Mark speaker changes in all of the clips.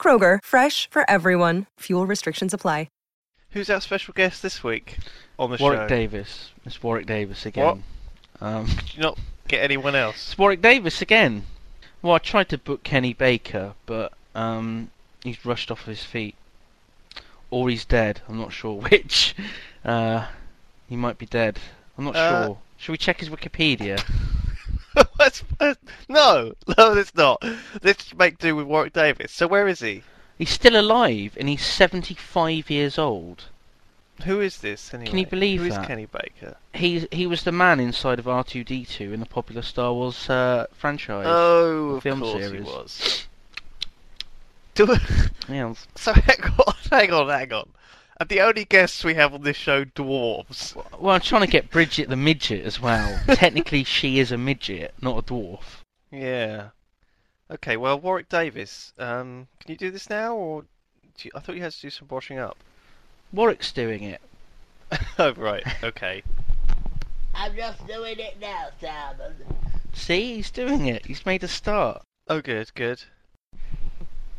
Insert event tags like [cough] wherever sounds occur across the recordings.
Speaker 1: Kroger, fresh for everyone. Fuel restrictions apply.
Speaker 2: Who's our special guest this week on the
Speaker 3: Warwick
Speaker 2: show?
Speaker 3: Davis. It's Warwick Davis again. Um,
Speaker 2: Did you not get anyone else? [laughs]
Speaker 3: it's Warwick Davis again. Well, I tried to book Kenny Baker, but um, he's rushed off his feet, or he's dead. I'm not sure [laughs] which. Uh, he might be dead. I'm not
Speaker 2: Uh,
Speaker 3: sure. Should we check his Wikipedia?
Speaker 2: That's- that's- no, [laughs] no, let's not. Let's make do with Warwick Davis. So where is he?
Speaker 3: He's still alive, and he's 75 years old.
Speaker 2: Who is this anyway?
Speaker 3: you believe
Speaker 2: Who is
Speaker 3: that?
Speaker 2: Kenny Baker?
Speaker 3: He he was the man inside of R2D2 in the popular Star Wars uh, franchise.
Speaker 2: oh, of
Speaker 3: film
Speaker 2: course he
Speaker 3: series.
Speaker 2: was. Do,
Speaker 3: yeah,
Speaker 2: [laughs] so hang on, [laughs] hang on, hang on. And the only guests we have on this show dwarves.
Speaker 3: Well, I'm trying to get Bridget the midget as well. Technically, she is a midget, not a dwarf.
Speaker 2: Yeah. Okay, well, Warwick Davis, um, can you do this now, or do you, I thought you had to do some washing up. [laughs]
Speaker 3: Warwick's doing it.
Speaker 2: oh, right, okay.
Speaker 4: I'm just doing it now, Simon.
Speaker 3: See, he's doing it. He's made a start.
Speaker 2: Oh, good, good.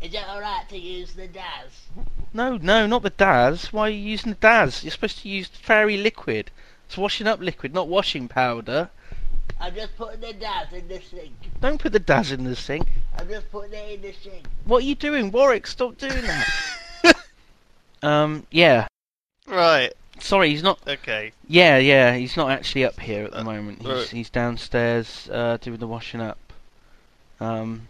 Speaker 4: Is it alright to use the dance?
Speaker 3: No, no, not the Daz. Why are you using the Daz? You're supposed to use fairy liquid. It's washing up liquid, not washing powder.
Speaker 4: I'm just putting the dance in the sink.
Speaker 3: Don't put the Daz in the sink.
Speaker 4: I'm just putting it in the sink.
Speaker 3: What are you doing, Warwick? Stop doing that. um, yeah.
Speaker 2: Right,
Speaker 3: Sorry, he's not.
Speaker 2: okay.
Speaker 3: Yeah, yeah, he's not actually up here at the
Speaker 2: Uh,
Speaker 3: moment. He's
Speaker 2: right.
Speaker 3: he's downstairs uh, doing the washing up. Um,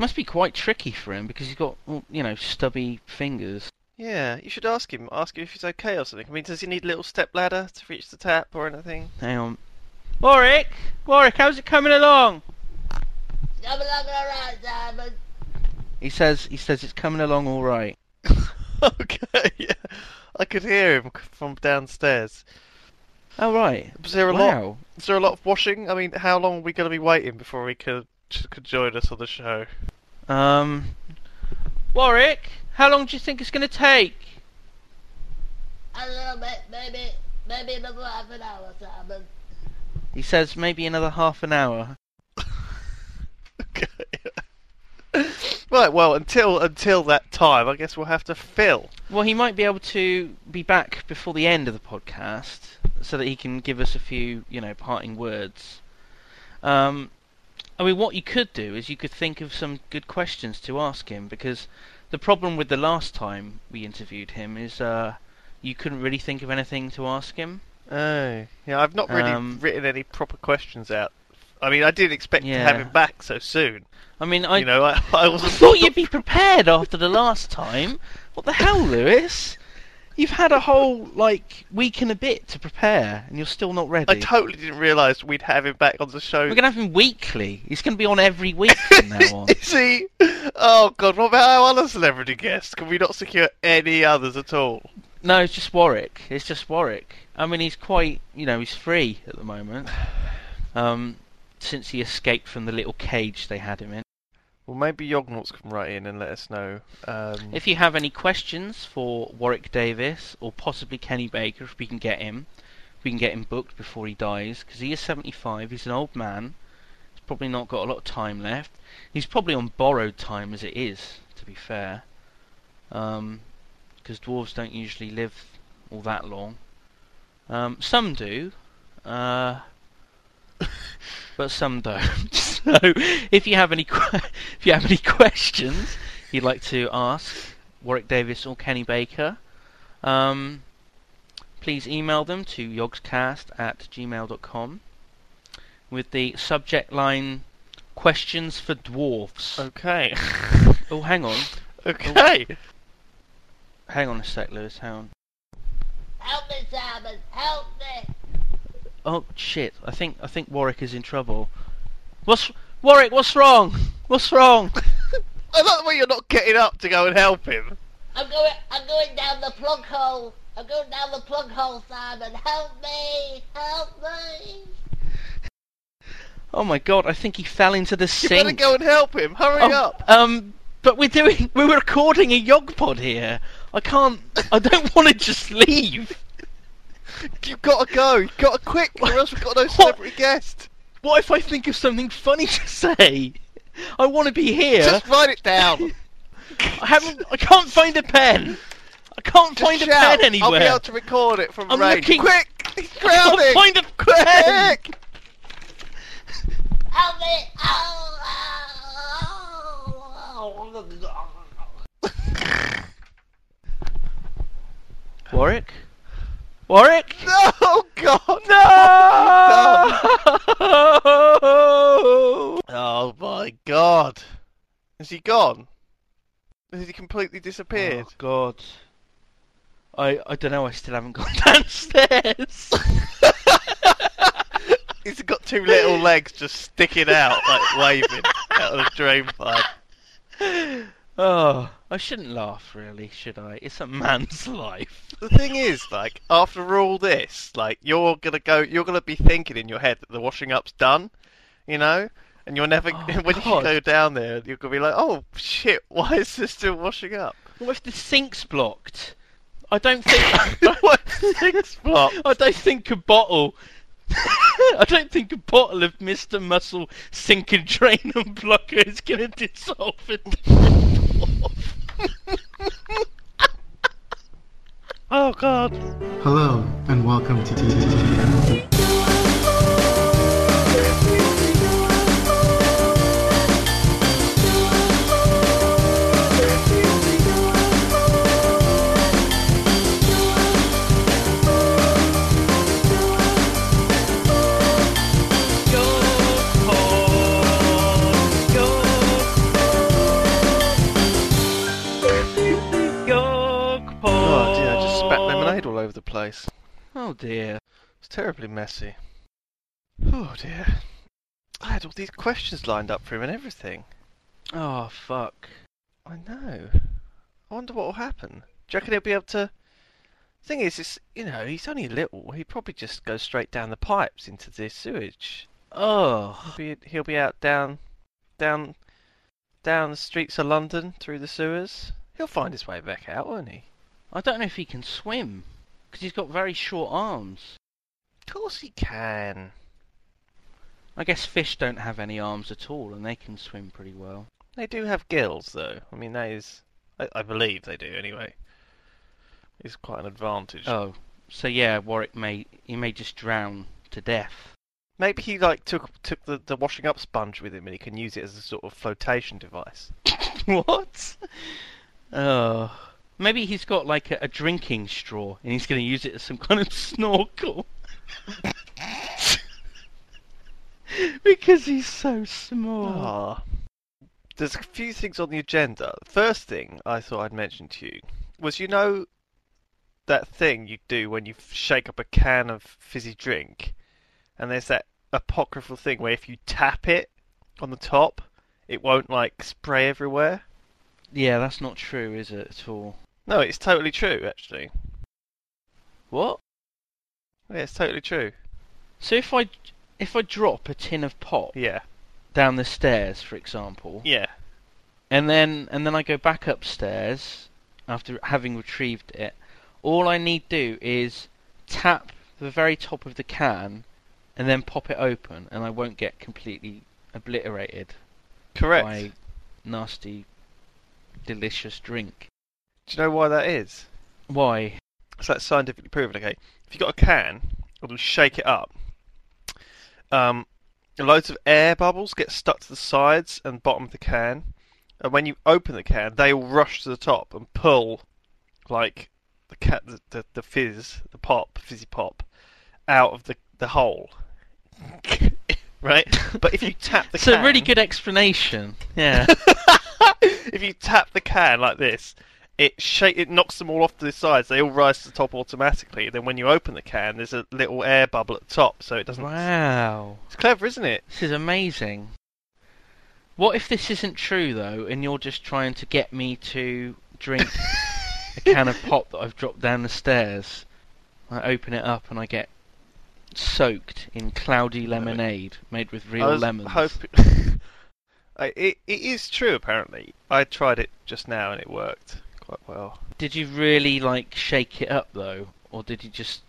Speaker 3: must be quite tricky for him because he's got well, you know stubby fingers.
Speaker 2: Yeah, you should ask him. Ask him if he's okay or something. I mean, does he need a little step ladder to reach the tap or anything?
Speaker 3: Hang on, Warwick, Warwick, how's it coming along?
Speaker 4: Come along alright, Simon.
Speaker 3: He says he says it's coming along all right.
Speaker 2: [laughs] okay, yeah. I could hear him c- from downstairs.
Speaker 3: All Oh, right.
Speaker 2: Was there a lot?
Speaker 3: Wow.
Speaker 2: Is there a lot of washing? I mean, how long are we going to be waiting before he could could join us on the show? [laughs]
Speaker 3: Um, Warwick, how long do you think it's going to take?
Speaker 4: A little bit, maybe, maybe another half an hour, Simon.
Speaker 3: He says maybe another half an hour.
Speaker 2: Okay. [laughs] right. Well, until until that time, I guess we'll have to fill.
Speaker 3: Well, he might be able to be back before the end of the podcast, so that he can give us a few, you know, parting words. Um, I mean, what you could do is you could think of some good questions to ask him, because the problem with the last time we interviewed him is uh, you couldn't really think of anything to ask him.
Speaker 2: Oh, yeah. I've not really
Speaker 3: Um,
Speaker 2: written any proper questions out. I mean, I didn't expect to have
Speaker 3: Yeah.
Speaker 2: him back so soon.
Speaker 3: I mean, I
Speaker 2: you know, I, I
Speaker 3: I
Speaker 2: was
Speaker 3: thought you'd be prepared after the last time. What the hell, Lewis? You've had a whole like week and a bit to prepare, and you're still not ready.
Speaker 2: I totally didn't realise we'd have him back on the show. [laughs]
Speaker 3: We're gonna have him weekly. He's gonna be on every week from now on.
Speaker 2: Is he? Oh god, what about our other celebrity guests? Can we not secure any others at all?
Speaker 3: No, it's just Warwick. It's just Warwick. I mean, he's quite, you know, he's free at the moment. Um, since he escaped from the little cage they had him in.
Speaker 2: Well, maybe Yognauts can write in and let us know. Um,
Speaker 3: If you have any questions for Warwick Davis or possibly Kenny Baker, if we can get him, if we can get him booked before he dies, because he is 75. He's an old man. He's probably not got a lot of time left. He's probably on borrowed time as it is, to be fair, because dwarves don't usually live all that long. Um, some do, uh, but some don't. [laughs] so, if you have any que- [laughs] if you have any questions you'd like to ask Warwick Davis or Kenny Baker, um, please email them to yogscast at gmail.com with the subject line questions for dwarfs. [laughs]
Speaker 2: okay, [laughs]
Speaker 3: Oh, hang on.
Speaker 2: okay.
Speaker 3: Hang on a sec, Lewis. Hang on.
Speaker 4: Help me, Simon. Help me.
Speaker 3: Oh shit! I think I think Warwick is in trouble. What's Warwick? What's wrong? [laughs] What's wrong?
Speaker 2: I like the way you're not getting up to go and help him.
Speaker 4: I'm going, I'm going down the plug hole. I'm going down the plug hole, Simon. Help me, help me.
Speaker 3: Oh my god, I think he fell into the
Speaker 2: You
Speaker 3: sink.
Speaker 2: better go and help him. Hurry
Speaker 3: Oh,
Speaker 2: up.
Speaker 3: Um, but we're doing [laughs] we're recording a yog pod here. I can't. I don't want to just leave.
Speaker 2: You've got to go. You've got to quick, or else we've got
Speaker 3: [laughs]
Speaker 2: no celebrity guest.
Speaker 3: What if I think of something funny to say? I want to be here.
Speaker 2: Just write it
Speaker 3: [laughs]
Speaker 2: down.
Speaker 3: I haven't. I can't find a pen. I can't
Speaker 2: Just
Speaker 3: find
Speaker 2: shout.
Speaker 3: a pen anywhere.
Speaker 2: I'll be able to record it from
Speaker 3: I'm
Speaker 2: range.
Speaker 3: looking-
Speaker 2: Quick! He's
Speaker 3: [laughs] I can't
Speaker 2: drowning! [laughs]
Speaker 3: find a pen.
Speaker 2: Quick!
Speaker 4: Help me. Oh, oh, oh,
Speaker 3: Warwick. Warwick.
Speaker 2: No, Oh, God!
Speaker 3: [laughs] No.
Speaker 2: Oh, my God. Is he gone? Has he completely disappeared?
Speaker 3: Oh God. I I don't know. I still haven't gone [laughs] downstairs.
Speaker 2: He's got two little
Speaker 3: [laughs]
Speaker 2: legs just sticking out, like waving out of the drain pipe.
Speaker 3: oh, I shouldn't laugh, really, should I? It's a man's life.
Speaker 2: The thing is, like, after all this, like, you're gonna go, you're gonna be thinking in your head that the washing up's done, you know, and you're never,
Speaker 3: Oh,
Speaker 2: [laughs] when
Speaker 3: God.
Speaker 2: you go down there, you're gonna be like, oh shit, why is this still washing up?
Speaker 3: What if the sink's blocked? I don't [laughs] think.
Speaker 2: What six block?
Speaker 3: I don't think a bottle. [laughs] I don't think a bottle of Mr. Muscle sink and drain and blocker is going to dissolve it. [laughs]
Speaker 2: Oh god.
Speaker 5: Hello, and welcome to TTTTM.
Speaker 3: Oh,
Speaker 2: Oh dear, I just spat lemonade all over the place.
Speaker 3: Oh dear.
Speaker 2: It's terribly messy. Oh dear. I had all these questions lined up for him and everything.
Speaker 3: Oh fuck.
Speaker 2: I know. I wonder what will happen. Do you reckon he'll be able to? Thing is, it's you know he's only little. He probably just goes straight down the pipes into the sewage.
Speaker 3: Oh.
Speaker 2: He'll be he'll be out down, down, down the streets of London through the sewers. He'll find his way back out, won't he?
Speaker 3: I don't know if he can swim because he's got very short arms.
Speaker 2: Of course he can.
Speaker 3: I guess fish don't have any arms at all, and they can swim pretty well.
Speaker 2: They do have gills, though. I mean, that is, I, I believe they do anyway. It's quite an advantage.
Speaker 3: Oh, so yeah, Warwick may he may just drown to death.
Speaker 2: Maybe he like took took the, the washing up sponge with him, and he can use it as a sort of flotation device.
Speaker 3: [laughs] what? Oh, maybe he's got like a, a drinking straw, and he's going to use it as some kind of [laughs] snorkel. because he's so small.
Speaker 2: Ah. There's a few things on the agenda. First thing I thought I'd mention to you was you know that thing you do when you f- shake up a can of fizzy drink, and there's that apocryphal thing where if you tap it on the top, it won't like spray everywhere.
Speaker 3: Yeah, that's not true, is it at all?
Speaker 2: No, it's totally true actually.
Speaker 3: What?
Speaker 2: Yeah, it's totally true.
Speaker 3: So if I if I drop a tin of pop
Speaker 2: Yeah,
Speaker 3: down the stairs, for example,
Speaker 2: yeah,
Speaker 3: and then and then I go back upstairs after having retrieved it. All I need do is tap the very top of the can and then pop it open, and I won't get completely obliterated
Speaker 2: correct.
Speaker 3: by nasty, delicious drink.
Speaker 2: Do you know why that is?
Speaker 3: Why?
Speaker 2: So that's scientifically proven. Okay, if you got a can and you shake it up, um, loads of air bubbles get stuck to the sides and bottom of the can, and when you open the can, they all rush to the top and pull, like the cat, the, the, the fizz, the pop, fizzy pop, out of the the hole. [laughs] right, but if you tap
Speaker 3: [laughs]
Speaker 2: the
Speaker 3: It's
Speaker 2: can,
Speaker 3: a really
Speaker 2: [laughs]
Speaker 3: good explanation. Yeah.
Speaker 2: if you tap the can like this, it shake it knocks them all off to the sides. They all rise to the top automatically. Then when you open the can, there's a little air bubble at the top, so it doesn't.
Speaker 3: wow.
Speaker 2: It's clever, isn't it?
Speaker 3: This is amazing. What if this isn't true though, and you're just trying to get me to drink a can of pop that I've dropped down the stairs. I open it up and I get soaked in cloudy lemonade made with real
Speaker 2: I was
Speaker 3: lemons.
Speaker 2: hoping- [laughs] I, it, it is true, apparently. I tried it just now and it worked quite well.
Speaker 3: Did you really like shake it up though, or did you just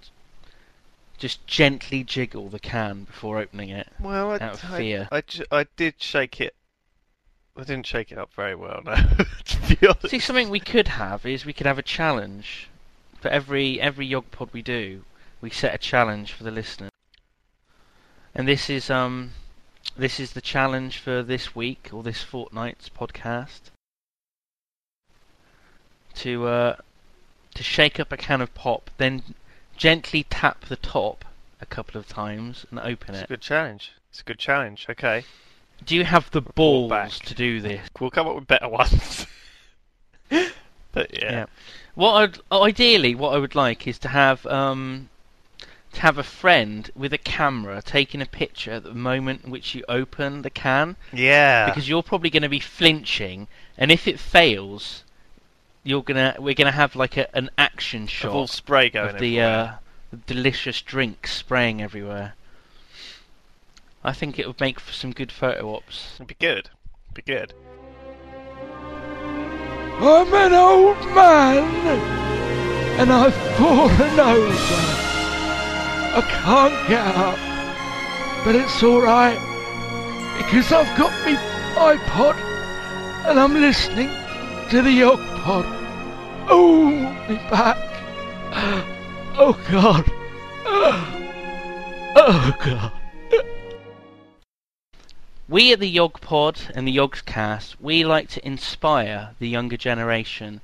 Speaker 3: just gently jiggle the can before opening it?
Speaker 2: Well, I,
Speaker 3: Out of
Speaker 2: I-
Speaker 3: fear.
Speaker 2: I, ju- I did shake it. I didn't shake it up very well, no. [laughs] to be honest.
Speaker 3: See, something we could have is we could have a challenge for every every yog pod we do. We set a challenge for the listener, and this is um, this is the challenge for this week or this fortnight's podcast to uh, to shake up a can of pop, then gently tap the top a couple of times and open
Speaker 2: It's a
Speaker 3: it.
Speaker 2: good challenge. It's a good challenge. Okay.
Speaker 3: Do you have the
Speaker 2: back.
Speaker 3: balls to do this?
Speaker 2: We'll come up with better [laughs] ones. but yeah.
Speaker 3: Yeah. What I'd ideally, what I would like is to have um, to have a friend with a camera taking a picture at the moment in which you open the can,
Speaker 2: Yeah.
Speaker 3: because you're probably going to be flinching, and if it fails, you're gonna we're gonna have like a, an action
Speaker 2: of all
Speaker 3: shot
Speaker 2: spray going
Speaker 3: of the
Speaker 2: everywhere.
Speaker 3: uh, the delicious drink spraying everywhere. I think it would make for some good photo ops.
Speaker 2: It'd be good. It'd be good.
Speaker 6: I'm an old man, and I've fallen over. I can't get up, but it's all right because I've got my iPod and I'm listening to the Yog Pod. Oh, me back. Oh God. Oh God.
Speaker 3: We at the Yog Pod and the Yogs Cast, we like to inspire the younger generation,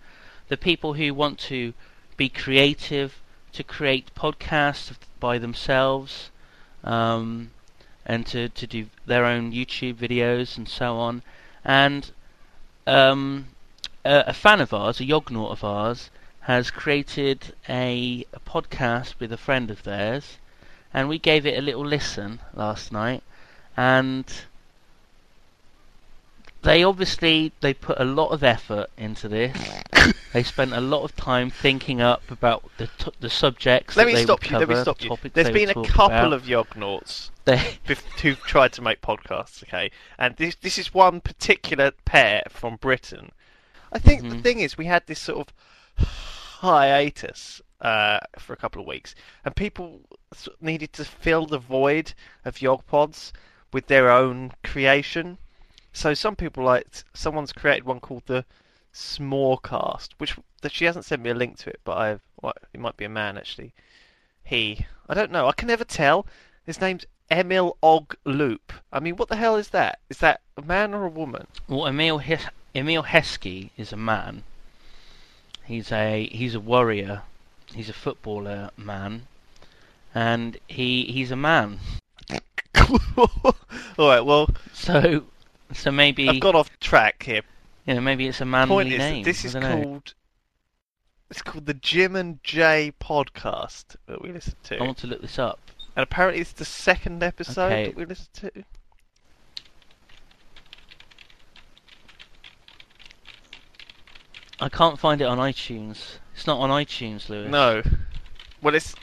Speaker 3: the people who want to be creative, to create podcasts by themselves, um, and to, to do their own YouTube videos and so on. And um, a, a fan of ours, a Yognaut of ours, has created a, a podcast with a friend of theirs, and we gave it a little listen last night, and they obviously they put a lot of effort
Speaker 2: [laughs]
Speaker 3: into this. they spent a lot of time thinking up about the t- the subjects.
Speaker 2: Let
Speaker 3: that
Speaker 2: me
Speaker 3: they
Speaker 2: stop
Speaker 3: would
Speaker 2: you. Let me
Speaker 3: cover,
Speaker 2: stop
Speaker 3: the
Speaker 2: you.
Speaker 3: topics
Speaker 2: There's
Speaker 3: they
Speaker 2: been
Speaker 3: would
Speaker 2: a
Speaker 3: talk
Speaker 2: couple
Speaker 3: about.
Speaker 2: of Yognauts
Speaker 3: They-
Speaker 2: bef- who've tried to make podcasts, okay? And this this is one particular pair from Britain. I think the
Speaker 3: Mhm.
Speaker 2: thing is, we had this sort of hiatus uh, for a couple of weeks, and people sort of needed to fill the void of Yogpods with their own creation. So some people liked someone's created one called the S'morecast, which that she hasn't sent me a link to it, but I well, it might be a man actually. He, I don't know. I can never tell. His name's Emil Og Loop. I mean, what the hell is that? Is that a man or a
Speaker 3: [laughs]
Speaker 2: woman?
Speaker 3: [laughs] Well, Emil Hes- Emil Heskey is a man. He's a he's a warrior. He's a footballer man, and he he's a man. [laughs]
Speaker 2: All right. Well,
Speaker 3: So so maybe
Speaker 2: I've got off track here.
Speaker 3: you know maybe it's a manly
Speaker 2: Point is, that
Speaker 3: name.
Speaker 2: this
Speaker 3: I
Speaker 2: is
Speaker 3: don't know.
Speaker 2: called. It's called the Jim and Jay podcast that we listen to,
Speaker 3: I want to look this up.
Speaker 2: and apparently it's the second episode
Speaker 3: Okay.
Speaker 2: that we listen to.
Speaker 3: I can't find it on iTunes. It's not on iTunes, Lewis.
Speaker 2: No. Well, it's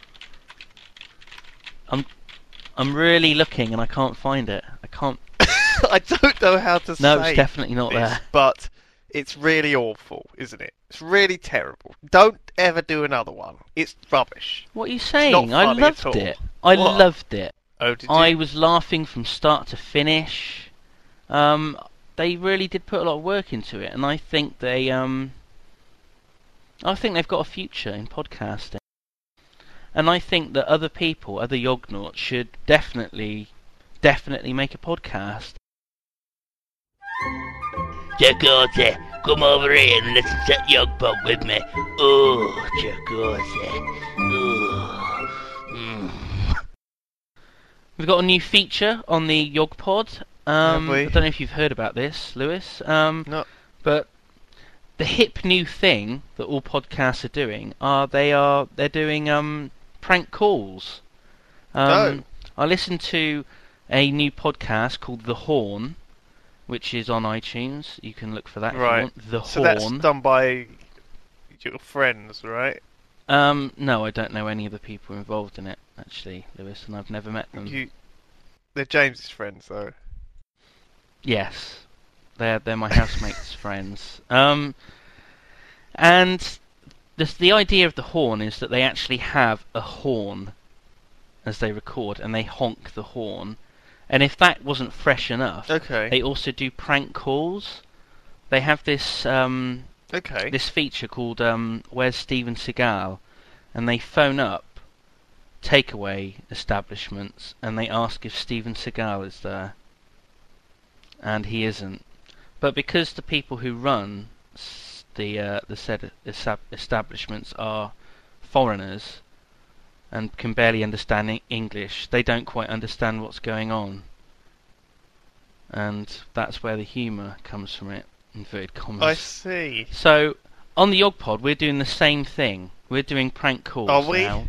Speaker 2: [laughs]
Speaker 3: I'm really looking and I can't find it. I can't.
Speaker 2: I don't know how to say.
Speaker 3: No, it's definitely not
Speaker 2: this,
Speaker 3: there.
Speaker 2: but it's really awful, isn't it? It's really terrible. Don't ever do another one. It's rubbish.
Speaker 3: What are you
Speaker 2: not
Speaker 3: saying? I
Speaker 2: funny at
Speaker 3: loved
Speaker 2: all.
Speaker 3: it. I
Speaker 2: What?
Speaker 3: loved it.
Speaker 2: Oh, did you?
Speaker 3: I was laughing from start to finish. Um, they really did put a lot of work into it, and I think they, um, I think they've got a future in podcasting. And I think that other people, other Yognauts, should definitely, definitely make a podcast.
Speaker 7: Chakotay, come over here and listen to that Yog Pop with me. Oh, Ooh, Chakotay.
Speaker 4: oh.
Speaker 7: Ooh. Mm.
Speaker 3: We've got a new feature on the YogPod. Um,
Speaker 2: Have we?
Speaker 3: I don't know if you've heard about this, Lewis. Um,
Speaker 2: No.
Speaker 3: But the hip new thing that all podcasts are doing are they are they're doing um, prank calls. Um,
Speaker 2: Oh.
Speaker 3: I listened to a new podcast called The Horn, which is on iTunes. You can look for that. If you
Speaker 2: Right.
Speaker 3: want. The
Speaker 2: so
Speaker 3: Horn.
Speaker 2: that's done by your friends, right?
Speaker 3: Um, no, I don't know any of the people involved in it, actually, Lewis, and I've never met them.
Speaker 2: You, they're James's friends, though.
Speaker 3: Yes, they're they're my housemates' friends. Um, and the the idea of the horn is that they actually have a horn as they record, and they honk the horn. And if that wasn't fresh enough,
Speaker 2: Okay.
Speaker 3: they also do prank calls. They have this um,
Speaker 2: Okay.
Speaker 3: this feature called um, "Where's Steven Seagal," and they phone up takeaway establishments and they ask if Steven Seagal is there, and he isn't. But because the people who run s- the uh, the said estab- establishments are foreigners and can barely understand Eng- English, they don't quite understand what's going on. And that's where the humour comes from it, inverted commas.
Speaker 2: I see.
Speaker 3: So on the Yog Pod, we're doing the same thing. We're doing prank calls
Speaker 2: Are we?
Speaker 3: now.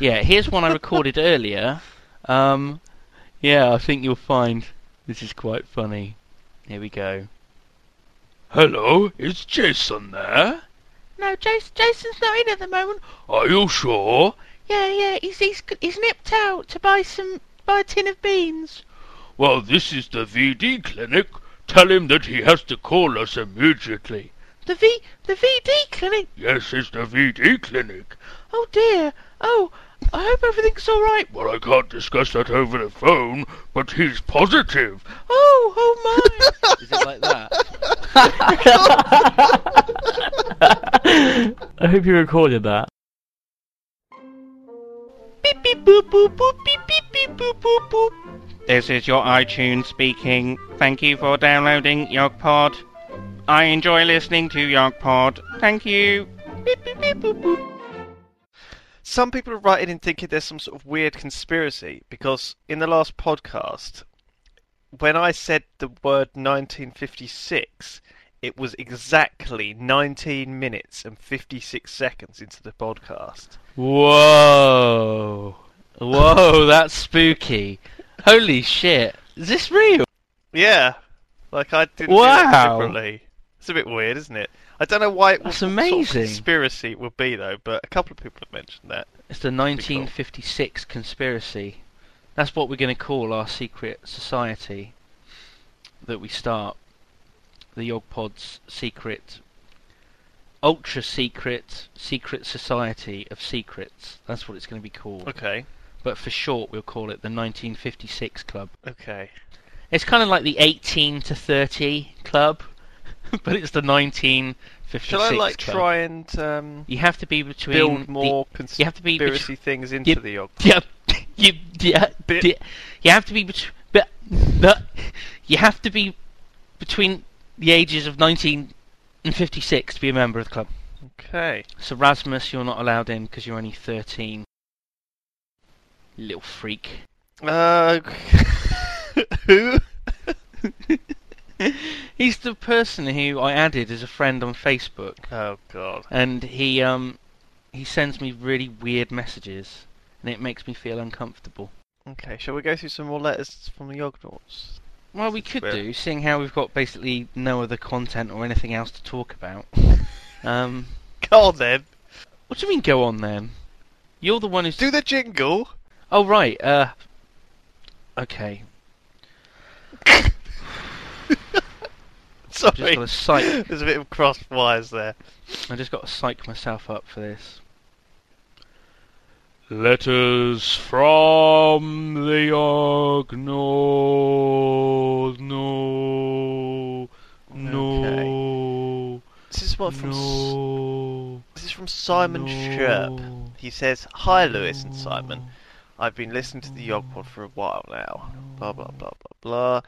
Speaker 3: Yeah, here's one I
Speaker 2: [laughs]
Speaker 3: recorded earlier. Um, yeah, I think you'll find this is quite funny. Here we go.
Speaker 6: Hello, is Jason there?
Speaker 8: No, Jason, Jason's not in at the moment.
Speaker 6: Are you sure?
Speaker 8: Yeah, yeah, he's he's he's nipped out to buy some buy a tin of beans.
Speaker 6: Well, this is the VD clinic. Tell him that he has to call us immediately.
Speaker 8: The V the VD clinic.
Speaker 6: Yes, it's the VD clinic.
Speaker 8: Oh dear. Oh, I hope everything's all right.
Speaker 6: Well, I can't discuss that over the phone, but he's positive.
Speaker 8: Oh, oh my.
Speaker 3: Is it like that?
Speaker 9: [laughs] I hope you recorded that.
Speaker 8: beep beep boop boop boop beep beep beep boop boop boop.
Speaker 3: This is your iTunes speaking. Thank you for downloading YogPod. I enjoy listening to YogPod. Thank you.
Speaker 8: Beep beep beep boop boop.
Speaker 2: Some people are writing and thinking there's some sort of weird conspiracy because in the last podcast, when I said the word 1956, it was exactly 19 minutes and 56 seconds into the podcast.
Speaker 3: [laughs] Whoa. Whoa, that's spooky. Holy shit. Is this real?
Speaker 2: Yeah, like I didn't
Speaker 3: Wow.
Speaker 2: do it differently. It's a bit weird, isn't it? I don't know why it
Speaker 3: That's
Speaker 2: was what sort of
Speaker 3: amazing.
Speaker 2: conspiracy it would be though, but a couple of people have mentioned that.
Speaker 3: It's the 1956 conspiracy. That's what we're going to call our secret society that we start. The Yogpod's secret, ultra secret, secret society of secrets. That's what it's going to be called.
Speaker 2: Okay,
Speaker 3: But for short, we'll call it the 1956 Club.
Speaker 2: okay.
Speaker 3: It's kind of like the 18 to 30 Club, [laughs] but it's the 1956
Speaker 2: Shall I like
Speaker 3: Club.
Speaker 2: try and um,
Speaker 3: You have to be between
Speaker 2: build
Speaker 3: the-
Speaker 2: more
Speaker 3: you have to be between-
Speaker 2: conspiracy things into
Speaker 3: Yep.
Speaker 2: the yog?
Speaker 3: Yep. You, yeah,
Speaker 2: Bit.
Speaker 3: yeah. you have to be bet- but, but you have to be between the ages of 19 and 56 to be a member of the club.
Speaker 2: Okay.
Speaker 3: So Rasmus, you're not allowed in because you're only 13. Little freak.
Speaker 2: Uh, [laughs] who?
Speaker 3: He's the person who I added as a friend on Facebook,
Speaker 2: Oh God.
Speaker 3: and he um he sends me really weird messages, and it makes me feel uncomfortable.
Speaker 2: Okay, shall we go through some more letters from the Yognauts?
Speaker 3: Well, we could
Speaker 2: Fair.
Speaker 3: do, seeing how we've got basically no other content or anything else to
Speaker 2: [laughs]
Speaker 3: talk about. um,
Speaker 2: Go on then.
Speaker 3: what do you mean, go on then? You're the one who's.
Speaker 2: Do the jingle.
Speaker 3: oh, right, uh. Okay. I've just
Speaker 2: Sorry.
Speaker 3: got to psych.
Speaker 2: [laughs] There's a bit of crossed wires there.
Speaker 3: I just got to psych myself up for this.
Speaker 6: Letters from the Ogno. No. No.
Speaker 2: This is what from S-
Speaker 6: No.
Speaker 2: This is from Simon Sherp. He says, Hi Lewis and Simon. I've been listening to the Yogpod for a while now. Blah blah blah blah blah.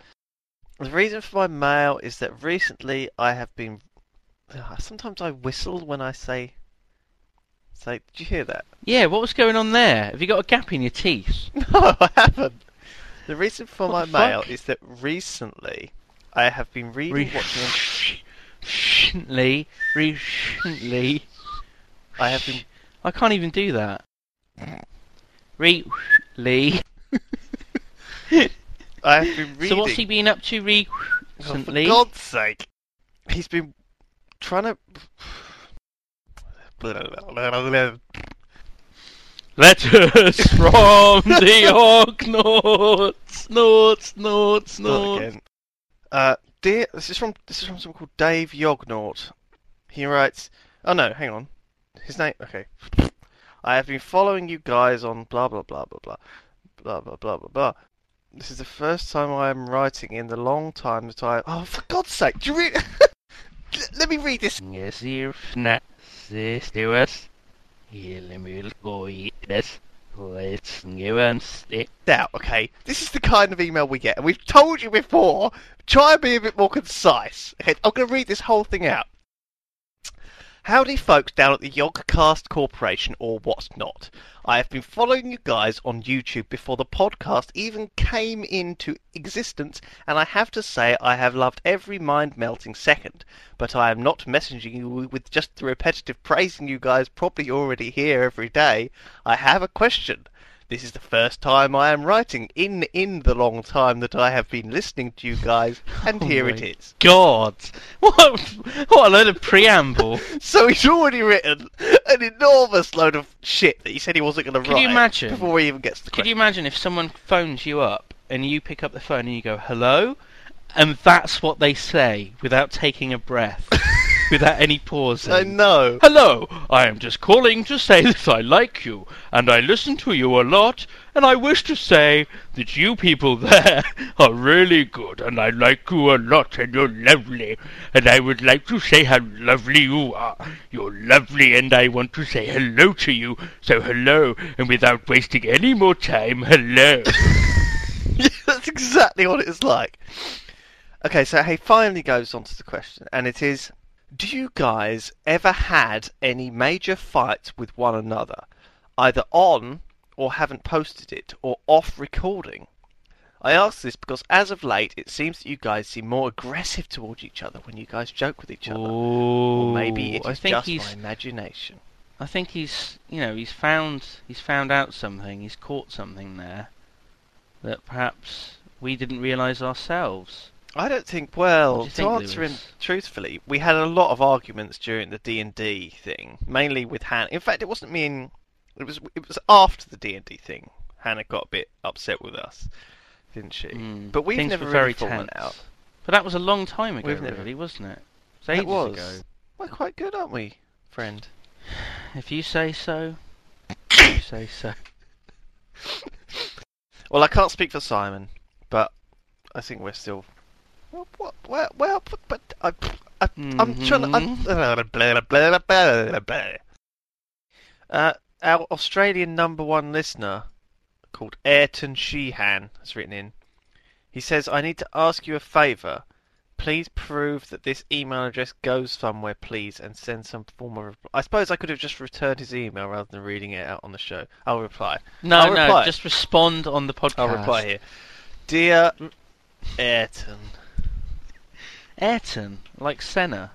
Speaker 2: The reason for my mail is that recently I have been Ah, sometimes I whistle when I say say did you hear that? [laughs]
Speaker 3: Yeah, what was going on there? Have you got a gap in your teeth?
Speaker 2: No, I haven't. The reason for
Speaker 3: What the
Speaker 2: my mail
Speaker 3: fuck?
Speaker 2: is that recently I have been reading watching and-
Speaker 3: Recently. Recently.
Speaker 2: I have been
Speaker 3: I can't even do that.
Speaker 2: Mm.
Speaker 3: Recently.
Speaker 2: I have been reading
Speaker 3: So what's he been up to
Speaker 2: Oh, for
Speaker 3: recently?
Speaker 2: God's sake. He's been trying to
Speaker 3: Letters [laughs] from the Orknorts. Norts, Norts,
Speaker 2: Not
Speaker 3: Norts.
Speaker 2: again. Uh, dear, this is from this is from someone called Dave Yognaught. He writes, "Oh no, hang on, his name. Okay, I have been following you guys on blah blah blah blah blah blah blah blah blah blah. This is the first time I am writing in the long time that I. Oh, for God's sake, do you read? Let me read this.
Speaker 7: Yes, you're not sisters. You'll go eat this. Let's give and stick.
Speaker 2: out, okay? This is the kind of email we get, and we've told you before, try and be a bit more concise. Okay, I'm going to read this whole thing out. Howdy, folks down at the Yogcast Corporation or what's not. I have been following you guys on YouTube before the podcast even came into existence, and I have to say I have loved every mind melting second. But I am not messaging you with just the repetitive praising you guys probably already hear every day. I have a question. This is the first time I am writing in in the long time that I have been listening to you guys, and
Speaker 3: [laughs] Oh
Speaker 2: here
Speaker 3: my
Speaker 2: it is.
Speaker 3: God. [laughs] What, what a load
Speaker 2: [laughs]
Speaker 3: of preamble.
Speaker 2: So he's already written an enormous load of shit that he said he wasn't going to
Speaker 3: Could
Speaker 2: write
Speaker 3: you imagine?
Speaker 2: before he even gets to the
Speaker 3: Could you
Speaker 2: question.
Speaker 3: imagine if someone phones you up and you pick up the phone and you go, hello? And that's what they say without taking
Speaker 2: [laughs]
Speaker 3: a breath, without any pause.
Speaker 2: I know. [laughs]
Speaker 3: Hello, I am just calling to say that I like you, and I listen to you a lot, and I wish to say that you people there [laughs] are really good, and I like you a lot, and you're lovely, and I would like to say how lovely you are. You're lovely, and I want to say hello to you, so hello, and without wasting any more time, hello.
Speaker 2: That's exactly what it's like. Okay, so he finally goes on to the question, and it is Do you guys ever had any major fights with one another, either on or haven't posted it, or off recording? I ask this because as of late, it seems that you guys seem more aggressive towards each other when you guys joke with each other. [laughs] Or maybe it's
Speaker 3: I think
Speaker 2: just
Speaker 3: he's
Speaker 2: my imagination.
Speaker 3: I think he's, you know, he's found he's found out something. He's caught something there that perhaps we didn't realise ourselves.
Speaker 2: I don't think.
Speaker 3: What do
Speaker 2: Well,
Speaker 3: you
Speaker 2: to
Speaker 3: think,
Speaker 2: answer him
Speaker 3: Lewis?
Speaker 2: truthfully, we had a lot of arguments during the D and D thing, mainly with Hannah. In fact, it wasn't me and it was it was after the D and D thing. Hannah got a bit upset with us, didn't she?
Speaker 3: Mm,
Speaker 2: But we've
Speaker 3: things
Speaker 2: never
Speaker 3: were
Speaker 2: really
Speaker 3: very
Speaker 2: fallen
Speaker 3: tense.
Speaker 2: out.
Speaker 3: But that was a long time ago,
Speaker 2: We've never-
Speaker 3: really, wasn't it? It was
Speaker 2: It
Speaker 3: ages
Speaker 2: was.
Speaker 3: ago.
Speaker 2: We're quite good, aren't we, friend?
Speaker 3: If you say so, if you
Speaker 2: [coughs]
Speaker 3: say so.
Speaker 2: Well, I can't speak for Simon, but I think we're still. Well, what, well, well, but, but I, I, I'm trying to. I'm,
Speaker 3: Mm-hmm.
Speaker 2: [laughs] Uh, our Australian number one listener, called Ayrton Sheehan, has written in. He says, "I need to ask you a favour. Please prove that this email address goes somewhere, please, and send some form of reply." I suppose I could have just returned his email rather than reading it out on the show. I'll reply.
Speaker 3: No,
Speaker 2: I'll
Speaker 3: no,
Speaker 2: reply.
Speaker 3: just respond on the podcast.
Speaker 2: I'll reply here. Dear Ayrton,
Speaker 3: Ayrton, like Senna,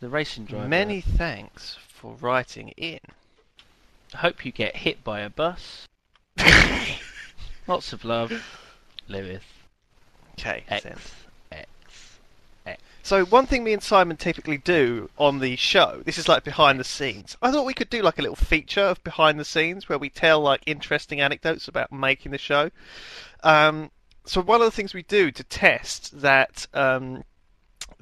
Speaker 3: the racing driver.
Speaker 2: many thanks for writing in.
Speaker 3: I hope you get hit by
Speaker 2: [laughs]
Speaker 3: a bus. Lots of love, Lewis.
Speaker 2: Okay,
Speaker 3: X.
Speaker 2: send.
Speaker 3: X.
Speaker 2: So one thing me and Simon typically do on the show, this is like behind the scenes. I thought we could do like a little feature of behind the scenes where we tell like interesting anecdotes about making the show. Um, so one of the things we do to test that um,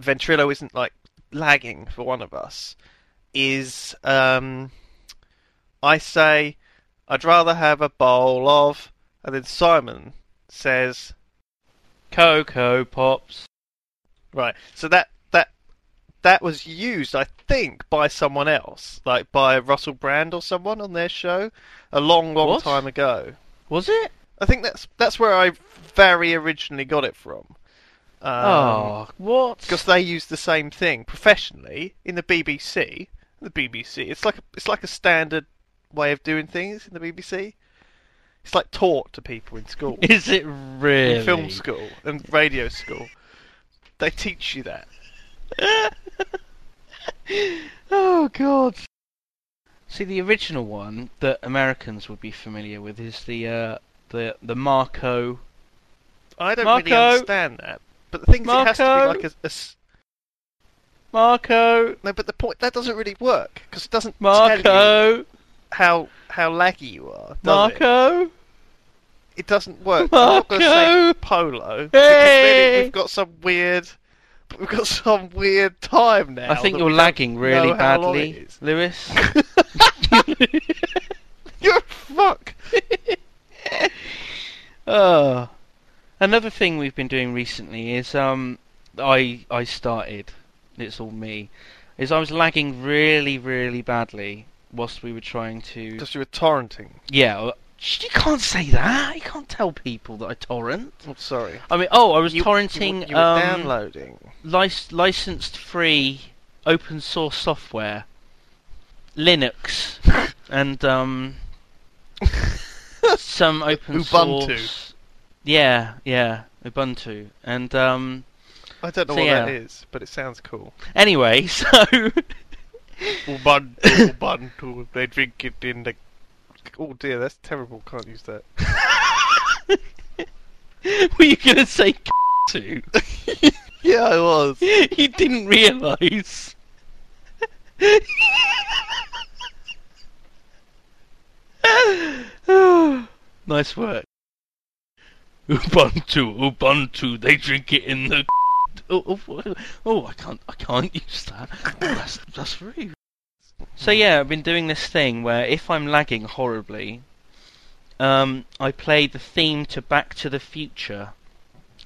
Speaker 2: Ventrilo isn't like lagging for one of us is um, I say I'd rather have a bowl of, and then Simon says
Speaker 3: Coco Pops.
Speaker 2: Right. So that that that was used, I think, by someone else, like by Russell Brand or someone on their show a long, long
Speaker 3: What?
Speaker 2: time ago.
Speaker 3: Was it?
Speaker 2: I think that's that's where I very originally got it from. Um,
Speaker 3: oh, what?
Speaker 2: because they use the same thing professionally in the BBC. The BBC, it's like a, it's like a standard way of doing things in the BBC. It's like taught to people in school,
Speaker 3: [laughs] Is it really?
Speaker 2: in film school and radio school. They teach you that.
Speaker 3: Oh God. See, the original one that Americans would be familiar with is the uh, the the Marco.
Speaker 2: I don't really
Speaker 3: Marco!
Speaker 2: understand that. But the thing is, it has to be
Speaker 3: Marco!
Speaker 2: like a- a, s-
Speaker 3: Marco,
Speaker 2: No, but the point that doesn't really work because it doesn't tell you
Speaker 3: Marco,
Speaker 2: how how laggy you are. does It?
Speaker 3: Marco.
Speaker 2: it doesn't work. I'm not going to say
Speaker 3: Marco!
Speaker 2: polo. because really
Speaker 3: Hey!
Speaker 2: we've got some weird. We've got some weird time now.
Speaker 3: I think
Speaker 2: that
Speaker 3: you're
Speaker 2: we
Speaker 3: lagging really
Speaker 2: know how long it
Speaker 3: badly,
Speaker 2: is.
Speaker 3: Lewis.
Speaker 2: [laughs] You're a fuck.
Speaker 3: [laughs] Oh. Another thing we've been doing recently is um I I started. It's all me. Is I was lagging really really badly whilst we were trying to
Speaker 2: Because you were torrenting.
Speaker 3: Yeah, well, sh- you can't say that. You can't tell people that I torrent.
Speaker 2: I'm sorry.
Speaker 3: I mean, oh, I was
Speaker 2: You- You,
Speaker 3: torrenting
Speaker 2: were- you were
Speaker 3: um,
Speaker 2: downloading.
Speaker 3: lic- licensed free open source software, Linux, and um, some open
Speaker 2: Ubuntu.
Speaker 3: source. Yeah, yeah, Ubuntu. And um,
Speaker 2: I don't know
Speaker 3: so
Speaker 2: what that
Speaker 3: yeah.
Speaker 2: is, but it sounds cool.
Speaker 3: anyway, [laughs] so
Speaker 2: Ubuntu, [laughs] Ubuntu. They drink it in the. Oh dear, that's terrible. Can't use that.
Speaker 3: were you gonna say [laughs] to?
Speaker 2: Yeah, I
Speaker 3: [laughs]
Speaker 2: was.
Speaker 3: you didn't realise. [laughs] nice work. Ubuntu, Ubuntu, they drink it in the. [laughs] Oh, oh, oh, I can't, I can't use that. Oh, that's that's rude. So yeah, I've been doing this thing where if I'm lagging horribly, um, I play the theme to Back to the Future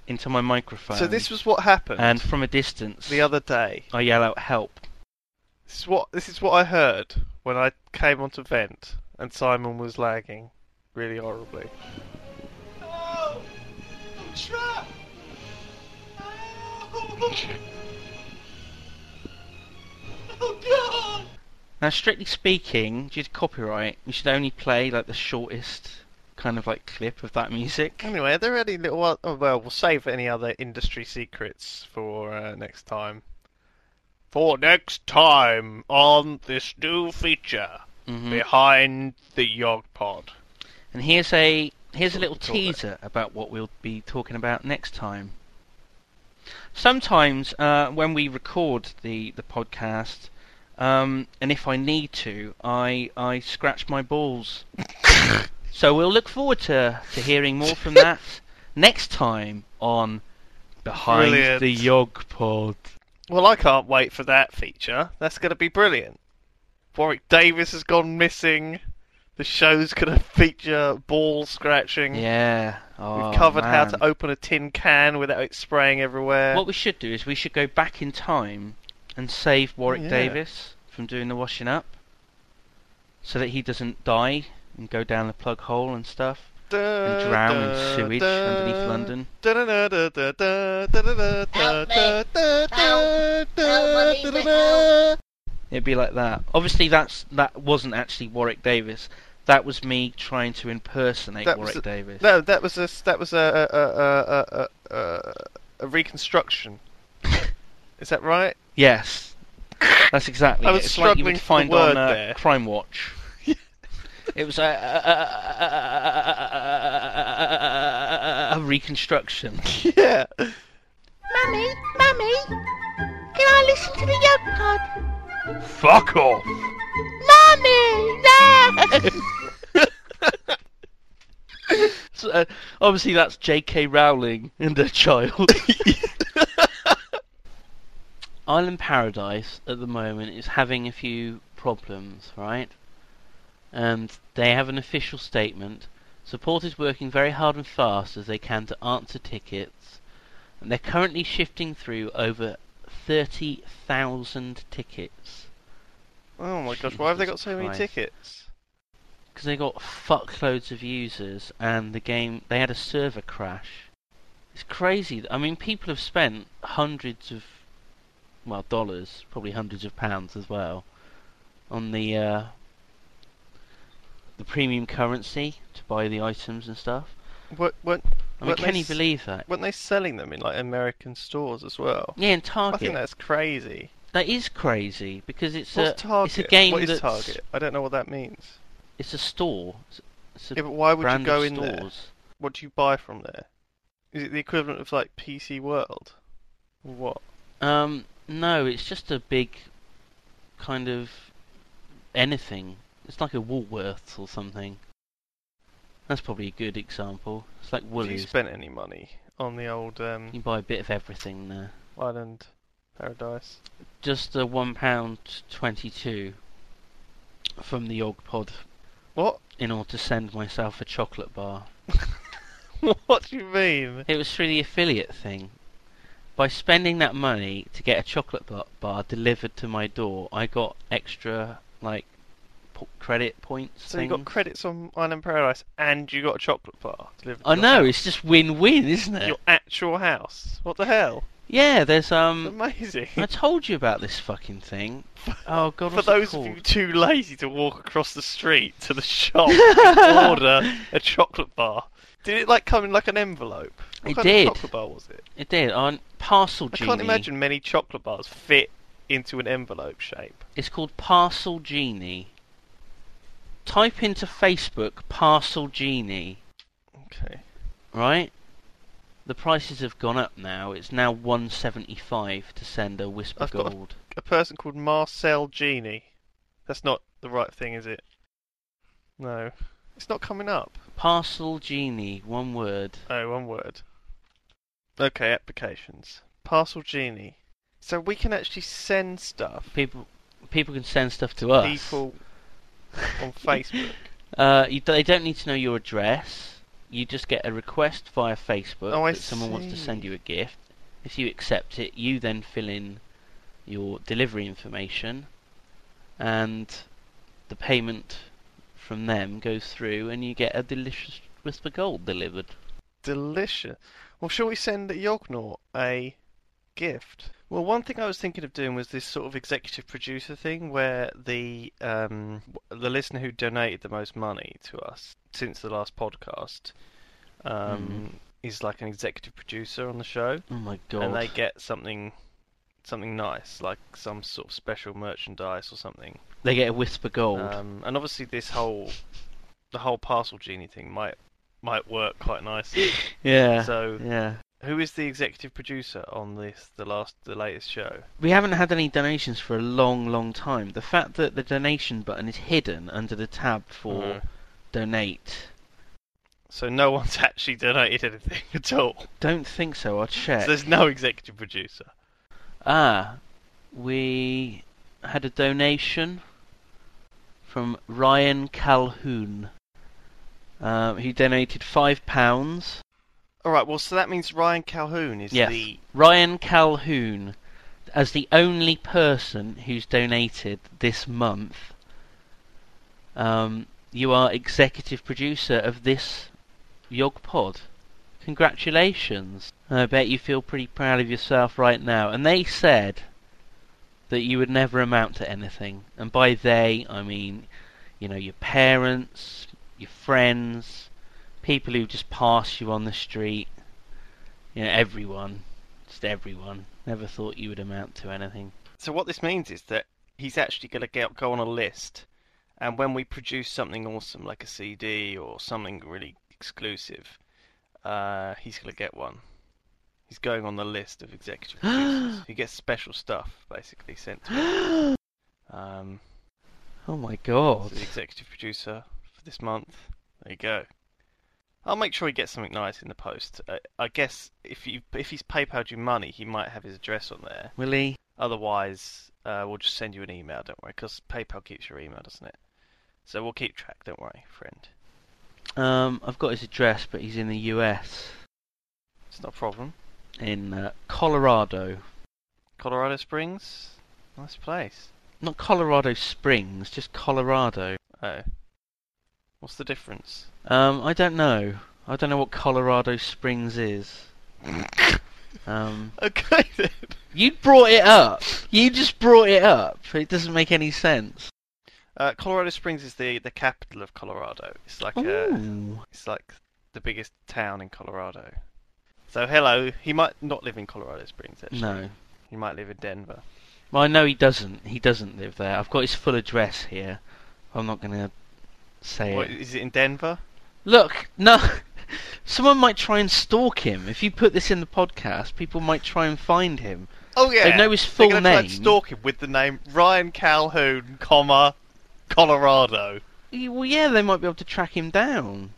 Speaker 3: into my microphone.
Speaker 2: So this was what happened
Speaker 3: And from a distance,
Speaker 2: the other day.
Speaker 3: I yell out "Help!"
Speaker 2: This is what this is what I heard when I came onto vent and Simon was lagging really horribly.
Speaker 3: Now, strictly speaking, due to copyright, you should only play like the shortest kind of like clip of that music.
Speaker 2: Anyway, are there any little? Oh, well, we'll save any other industry secrets for uh, next time. For next time on this new feature
Speaker 3: Mhm.
Speaker 2: behind the Yog Pod.
Speaker 3: And here's a here's a little
Speaker 2: Talk about it.
Speaker 3: teaser about what we'll be talking about next time. Sometimes uh, when we record the the podcast, um, and if I need to, I I scratch
Speaker 2: [laughs]
Speaker 3: my balls. so we'll look forward to to hearing more from that next time on Behind
Speaker 2: Brilliant.
Speaker 3: the Yog Pod.
Speaker 2: Well, I can't wait for that feature. That's going to be brilliant. Warwick Davis has gone missing. The show's going to [laughs] feature ball scratching.
Speaker 3: Yeah, oh,
Speaker 2: Mm. We've covered how
Speaker 3: man.
Speaker 2: to open a tin can without it spraying everywhere.
Speaker 3: What we should do is we should go back in time and save Warwick
Speaker 2: Oh, yeah.
Speaker 3: Davis from doing the washing up, so that he doesn't die and go down the plug hole and stuff
Speaker 2: Uh,
Speaker 3: and drown in sewage underneath London. It'd be like that. Obviously, that's that wasn't actually Warwick Davis. That was me trying to impersonate
Speaker 2: That was
Speaker 3: Warwick
Speaker 2: a-
Speaker 3: Davis.
Speaker 2: No, that was a that was a a a a, a, a, a
Speaker 3: [laughs]
Speaker 2: reconstruction. Is that right?
Speaker 3: Yes, that's exactly.
Speaker 2: I
Speaker 3: it.
Speaker 2: was
Speaker 3: it's like you
Speaker 2: struggling for
Speaker 3: would
Speaker 2: the
Speaker 3: find on
Speaker 2: word
Speaker 3: uh,
Speaker 2: there.
Speaker 3: Crime Watch. it was a, a, a, a, a, a, a, a, a, a, a reconstruction.
Speaker 2: Yeah.
Speaker 8: Mummy, Mummy, can I listen to the Yog Pod?
Speaker 2: Fuck off.
Speaker 8: Mummy, no!
Speaker 3: So, uh, obviously, that's J.K. Rowling and her child. Island Paradise at the moment is having a few problems, right? And they have an official statement. Support is working very hard and fast as they can to answer tickets. And they're currently shifting through over 30,000 tickets.
Speaker 2: Oh my gosh, why have they got so many
Speaker 3: Jesus Christ.
Speaker 2: tickets?
Speaker 3: because they got fuckloads of users and the game they had a server crash. It's crazy. I mean, people have spent hundreds of well dollars, probably hundreds of pounds as well, on the uh, the premium currency to buy the items and stuff.
Speaker 2: What what
Speaker 3: I mean,
Speaker 2: Weren't they
Speaker 3: can you
Speaker 2: s-
Speaker 3: believe that?
Speaker 2: weren't they selling them in like American stores as well?
Speaker 3: Yeah, and
Speaker 2: I
Speaker 3: Target.
Speaker 2: think that's crazy.
Speaker 3: That is crazy because it's a
Speaker 2: What's Target?
Speaker 3: it's a game
Speaker 2: what is
Speaker 3: that's
Speaker 2: Target? I don't know what that means.
Speaker 3: it's a store. It's a- It's a
Speaker 2: Yeah, but why would you
Speaker 3: brand
Speaker 2: go
Speaker 3: of
Speaker 2: in
Speaker 3: stores.
Speaker 2: there? What do you buy from there? Is it the equivalent of like PC World? Or What?
Speaker 3: Um, No, it's just a big kind of anything. It's like a Woolworths or something. That's probably a good example. It's like
Speaker 2: Have you
Speaker 3: Woolies.
Speaker 2: spent any money on the old
Speaker 3: You can
Speaker 2: um,
Speaker 3: buy a bit of everything there.
Speaker 2: Island Paradise?
Speaker 3: Just a one pound twenty-two from the Yog Pod
Speaker 2: What? [laughs]
Speaker 3: in order to send myself a chocolate bar.
Speaker 2: what do you mean?
Speaker 3: It was through the affiliate thing. By spending that money to get a chocolate bar, bar delivered to my door, I got extra like po- credit points.
Speaker 2: So you got
Speaker 3: things.
Speaker 2: credits on Island Paradise and you got a chocolate bar delivered. to
Speaker 3: I
Speaker 2: your
Speaker 3: know
Speaker 2: house.
Speaker 3: it's just win-win, isn't it?
Speaker 2: Your actual house. What the hell?
Speaker 3: Yeah, there's
Speaker 2: It's
Speaker 3: um.
Speaker 2: amazing.
Speaker 3: I told you about this fucking
Speaker 2: [laughs]
Speaker 3: thing. Oh god,
Speaker 2: For
Speaker 3: what's it
Speaker 2: those of
Speaker 3: called?
Speaker 2: you too lazy to walk across the street to the
Speaker 3: [laughs]
Speaker 2: shop and order a chocolate bar, did it like come in like an envelope? What
Speaker 3: It
Speaker 2: kind
Speaker 3: did.
Speaker 2: Of chocolate bar was it?
Speaker 3: It did on Parcel
Speaker 2: I
Speaker 3: Genie.
Speaker 2: can't imagine many chocolate bars fit into an envelope shape.
Speaker 3: It's called Parcel Genie. Type into Facebook Parcel Genie,
Speaker 2: Okay.
Speaker 3: right? The prices have gone up now. It's now 175 to send a Whisper
Speaker 2: I've got a-
Speaker 3: Gold.
Speaker 2: A person called Marcel Genie. That's not the right thing, is it? No. It's not coming up.
Speaker 3: Parcel Genie, one word.
Speaker 2: Oh, one word. Okay, applications. Parcel Genie. So we can actually send stuff
Speaker 3: People people can send stuff to
Speaker 2: to
Speaker 3: us.
Speaker 2: people on Facebook.
Speaker 3: Uh, you, they don't need to know your address. You just get a request via Facebook
Speaker 2: Oh, I
Speaker 3: that someone wants to send
Speaker 2: see.
Speaker 3: you a gift. If you accept it, you then fill in your delivery information, and the payment from them goes through, and you get a delicious wisp of gold delivered.
Speaker 2: Delicious. Well, shall we send Yognor a gift? Well, one thing I was thinking of doing was this sort of executive producer thing, where the um, w- the listener who donated the most money to us since the last podcast um, is like an executive producer on the show,
Speaker 3: Oh my god!
Speaker 2: and they get something something nice, like some sort of special merchandise or something.
Speaker 3: They get a wisp of gold.
Speaker 2: Um, and obviously, this whole the whole parcel genie thing might might work quite nicely.
Speaker 3: yeah.
Speaker 2: so-
Speaker 3: yeah.
Speaker 2: Who is the executive producer on this, the last, the latest show?
Speaker 3: We haven't had any donations for a long, long time. The fact that the donation button is hidden under the tab for
Speaker 2: Mhm.
Speaker 3: donate.
Speaker 2: So no [laughs] one's actually donated anything at all.
Speaker 3: Don't think so. I'll
Speaker 2: So
Speaker 3: check.
Speaker 2: there's no executive producer.
Speaker 3: Ah, we had a donation from Ryan Calhoun. Um, he donated five pounds.
Speaker 2: All right. Well, so that means Ryan Calhoun is
Speaker 3: Yes,
Speaker 2: the
Speaker 3: Ryan Calhoun, as the only person who's donated this month. Um, you are executive producer of this Yog Pod. Congratulations! I bet you feel pretty proud of yourself right now. And they said that you would never amount to anything, and by they I mean, you know, your parents, your friends, people who just pass you on the street, you know, everyone, just everyone. Never thought you would amount to anything.
Speaker 2: So what this means is that he's actually going to get go on a list, and when we produce something awesome like a CD or something really exclusive, uh, he's going to get one. He's going on the list of executive producers. he gets special stuff basically sent to him. Um,
Speaker 3: Oh my god!
Speaker 2: So the executive producer for this month. There you go. I'll make sure he gets something nice in the post. Uh, I guess if you if he's PayPal'd you money, he might have his address on there.
Speaker 3: Willie,
Speaker 2: Otherwise, uh, we'll just send you an email. Don't worry, because PayPal keeps your email, doesn't it? So we'll keep track. Don't worry, friend.
Speaker 3: um, I've got his address, but he's in the U.S.
Speaker 2: It's not a problem.
Speaker 3: in uh, Colorado,
Speaker 2: Colorado Springs, nice place.
Speaker 3: not Colorado Springs, just Colorado.
Speaker 2: Oh, what's the difference? [laughs]
Speaker 3: Um, I don't know. I don't know what Colorado Springs is. Um,
Speaker 2: Okay then.
Speaker 3: you brought it up. You just brought it up. It doesn't make any sense.
Speaker 2: Uh, Colorado Springs is the the capital of Colorado. It's like a
Speaker 3: Ooh.
Speaker 2: It's like the biggest town in Colorado. So hello, he might not live in Colorado Springs actually.
Speaker 3: No.
Speaker 2: He might live in Denver.
Speaker 3: Well, I know he doesn't. He doesn't live there. I've got his full address here. I'm not going to say
Speaker 2: What,
Speaker 3: it.
Speaker 2: is it in Denver?
Speaker 3: Look, no. Someone might try and stalk him. If you put this in the podcast, people might try and find him.
Speaker 2: Oh yeah,
Speaker 3: They know his full
Speaker 2: They're gonna Try
Speaker 3: name.
Speaker 2: and stalk him with the name Ryan Calhoun, comma Colorado.
Speaker 3: Y- Well, yeah, they might be able to track him down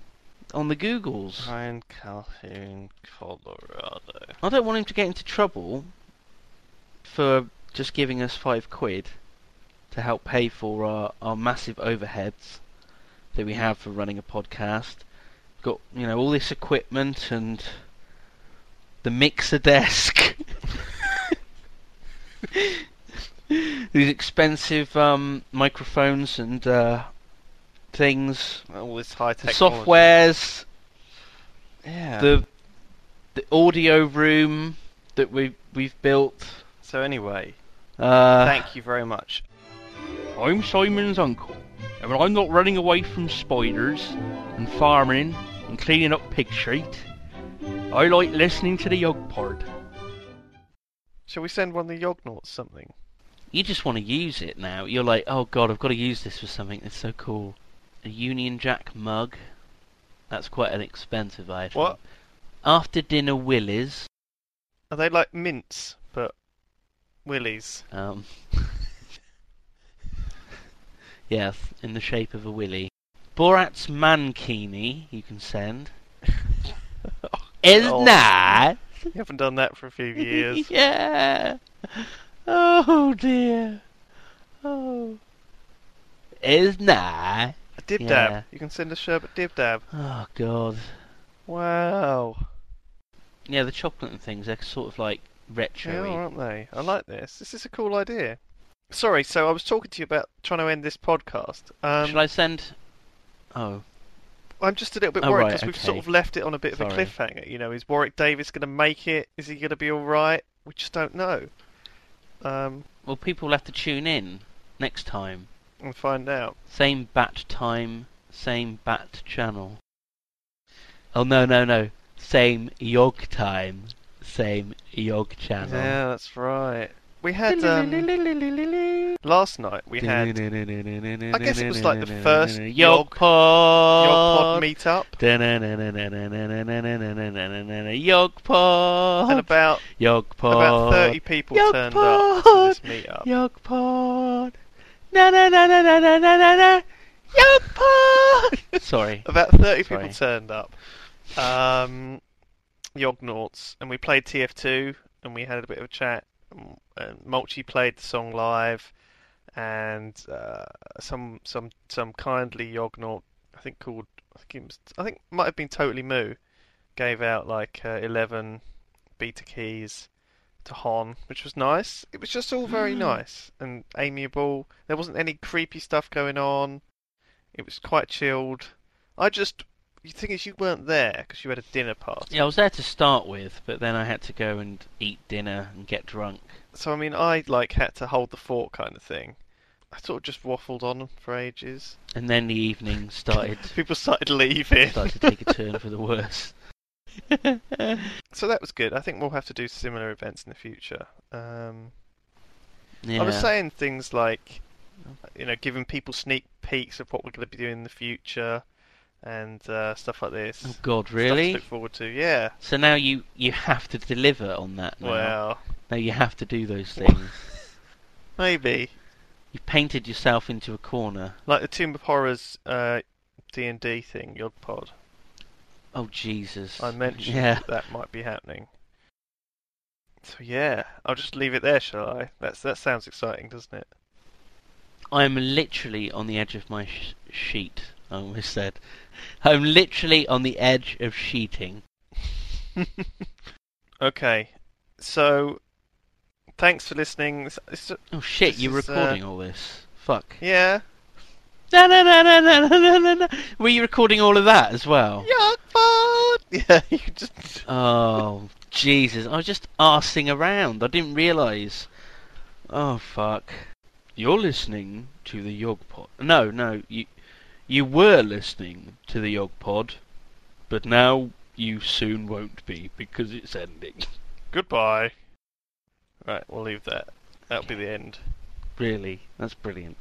Speaker 3: on the Googles.
Speaker 2: Ryan Calhoun, Colorado.
Speaker 3: I don't want him to get into trouble for just giving us five quid to help pay for our, our massive overheads that we have for running a podcast. Got you know all this equipment and the mixer desk, [laughs] these expensive um, microphones and uh, things,
Speaker 2: All this high
Speaker 3: the
Speaker 2: tech
Speaker 3: softwares
Speaker 2: Yeah.
Speaker 3: the the audio room that we we've built.
Speaker 2: So anyway,
Speaker 3: Uh,
Speaker 2: thank you very much.
Speaker 3: I'm Simon's uncle, and when I'm not running away from spiders and farming and cleaning up pig shit, I like listening to the Yog Pod.
Speaker 2: Shall we send one of the Yognauts something?
Speaker 3: You just want to use it now. You're like, oh god, I've got to use this for something. It's so cool. A Union Jack mug. That's quite an expensive item.
Speaker 2: What?
Speaker 3: After dinner willies.
Speaker 2: Are they like mints, but willies?
Speaker 3: Um, [laughs] yes, in the shape of a willy. Borat's mankini you
Speaker 2: [laughs]
Speaker 3: can send. Is
Speaker 2: God.
Speaker 3: that?
Speaker 2: You haven't done that for a
Speaker 3: [laughs]
Speaker 2: few years.
Speaker 3: yeah. Oh dear. Oh. Is that?
Speaker 2: A dib dab.
Speaker 3: Yeah.
Speaker 2: You can send a sherbet dib dab.
Speaker 3: Oh god.
Speaker 2: Wow.
Speaker 3: Yeah, the chocolate and things they're sort of like
Speaker 2: They are,
Speaker 3: retro.
Speaker 2: aren't they? I like this. This is a cool idea. Sorry, so I was talking to you about trying to end this podcast. Um,
Speaker 3: Shall I send? Oh.
Speaker 2: I'm just a little bit
Speaker 3: Oh,
Speaker 2: worried
Speaker 3: right,
Speaker 2: because we've sort
Speaker 3: okay.
Speaker 2: of left it on a bit of a
Speaker 3: Sorry.
Speaker 2: cliffhanger. You know, is Warwick Davis going to make it? Is he going to be all right? We just don't know. Um,
Speaker 3: Well, people will have to tune in next time.
Speaker 2: we'll find out.
Speaker 3: Same bat time, same bat channel. Oh no no no. Same yog time, same yog channel.
Speaker 2: Yeah, that's right. We had um, last night. We had I guess it was like [laughs] the first
Speaker 3: Yog
Speaker 2: Yog- Yog Pod
Speaker 3: Pod.
Speaker 2: meetup
Speaker 3: Yog
Speaker 2: and
Speaker 3: Pod.
Speaker 2: about
Speaker 3: Yog Pod.
Speaker 2: about 30 people
Speaker 3: Yog
Speaker 2: turned up to this
Speaker 3: Pod.
Speaker 2: meetup.
Speaker 3: Yog Pod. Na na na na na na na na na. Yog
Speaker 2: [laughs]
Speaker 3: Pod. Sorry.
Speaker 2: About 30
Speaker 3: Sorry.
Speaker 2: people turned up. Um, Yognauts, and we played TF2, and we had a bit of a chat. and- And Mulchy played the song live, and uh, some some some kindly Yognaut, I think called, I think it was, I think it might have been Totally Moo, gave out like uh, 11 beta keys to Hon, which was nice. It was just all very nice and amiable. There wasn't any creepy stuff going on. It was quite chilled. I just, the thing is, you weren't there because you had a dinner party.
Speaker 3: Yeah, I was there to start with, but then I had to go and eat dinner and get drunk.
Speaker 2: So I mean, I like had to hold the fort kind of thing. I sort of just waffled on for ages. [laughs]
Speaker 3: And then the evening started
Speaker 2: People started leaving.
Speaker 3: started to take a turn for the worse. yeah.
Speaker 2: [laughs] So that was good. I think we'll have to do similar events in the future. Um, I was saying things like, you know, giving people sneak peeks of what we're going to be doing in the future and uh, stuff like this.
Speaker 3: Oh
Speaker 2: Stuff
Speaker 3: god,
Speaker 2: to
Speaker 3: really?
Speaker 2: look forward to, yeah.
Speaker 3: So now you you have to deliver on that now.
Speaker 2: Well,
Speaker 3: Now you have to do those things.
Speaker 2: maybe.
Speaker 3: You've painted yourself into a corner.
Speaker 2: Like the Tomb of Horrors uh, D&D thing, Yod Pod.
Speaker 3: Oh Jesus.
Speaker 2: I mentioned
Speaker 3: Yeah.
Speaker 2: that, that might be happening. So yeah, I'll just leave it there, shall I? That's that sounds exciting, doesn't it?
Speaker 3: I'm literally on the edge of my sh- sheet. I almost said. I'm literally on the edge of
Speaker 2: [laughs]
Speaker 3: sheeting.
Speaker 2: okay, so thanks for listening. It's- it's-
Speaker 3: Oh shit,
Speaker 2: This
Speaker 3: you're
Speaker 2: is, uh,
Speaker 3: recording all this. Fuck.
Speaker 2: yeah,
Speaker 3: No, no, no, no, no, no, no, no, no. Were you recording all of that as well?
Speaker 2: Yogbot. [laughs] Yeah, you just
Speaker 3: Oh, Jesus. I was just arsing around. I didn't realise. Oh, fuck. You're listening to the Yog Pod. No, no. You, you were listening to the Yog Pod, but now you soon won't be because it's ending. [laughs]
Speaker 2: goodbye. Right, we'll leave that. That'll be the end.
Speaker 3: Really? That's brilliant.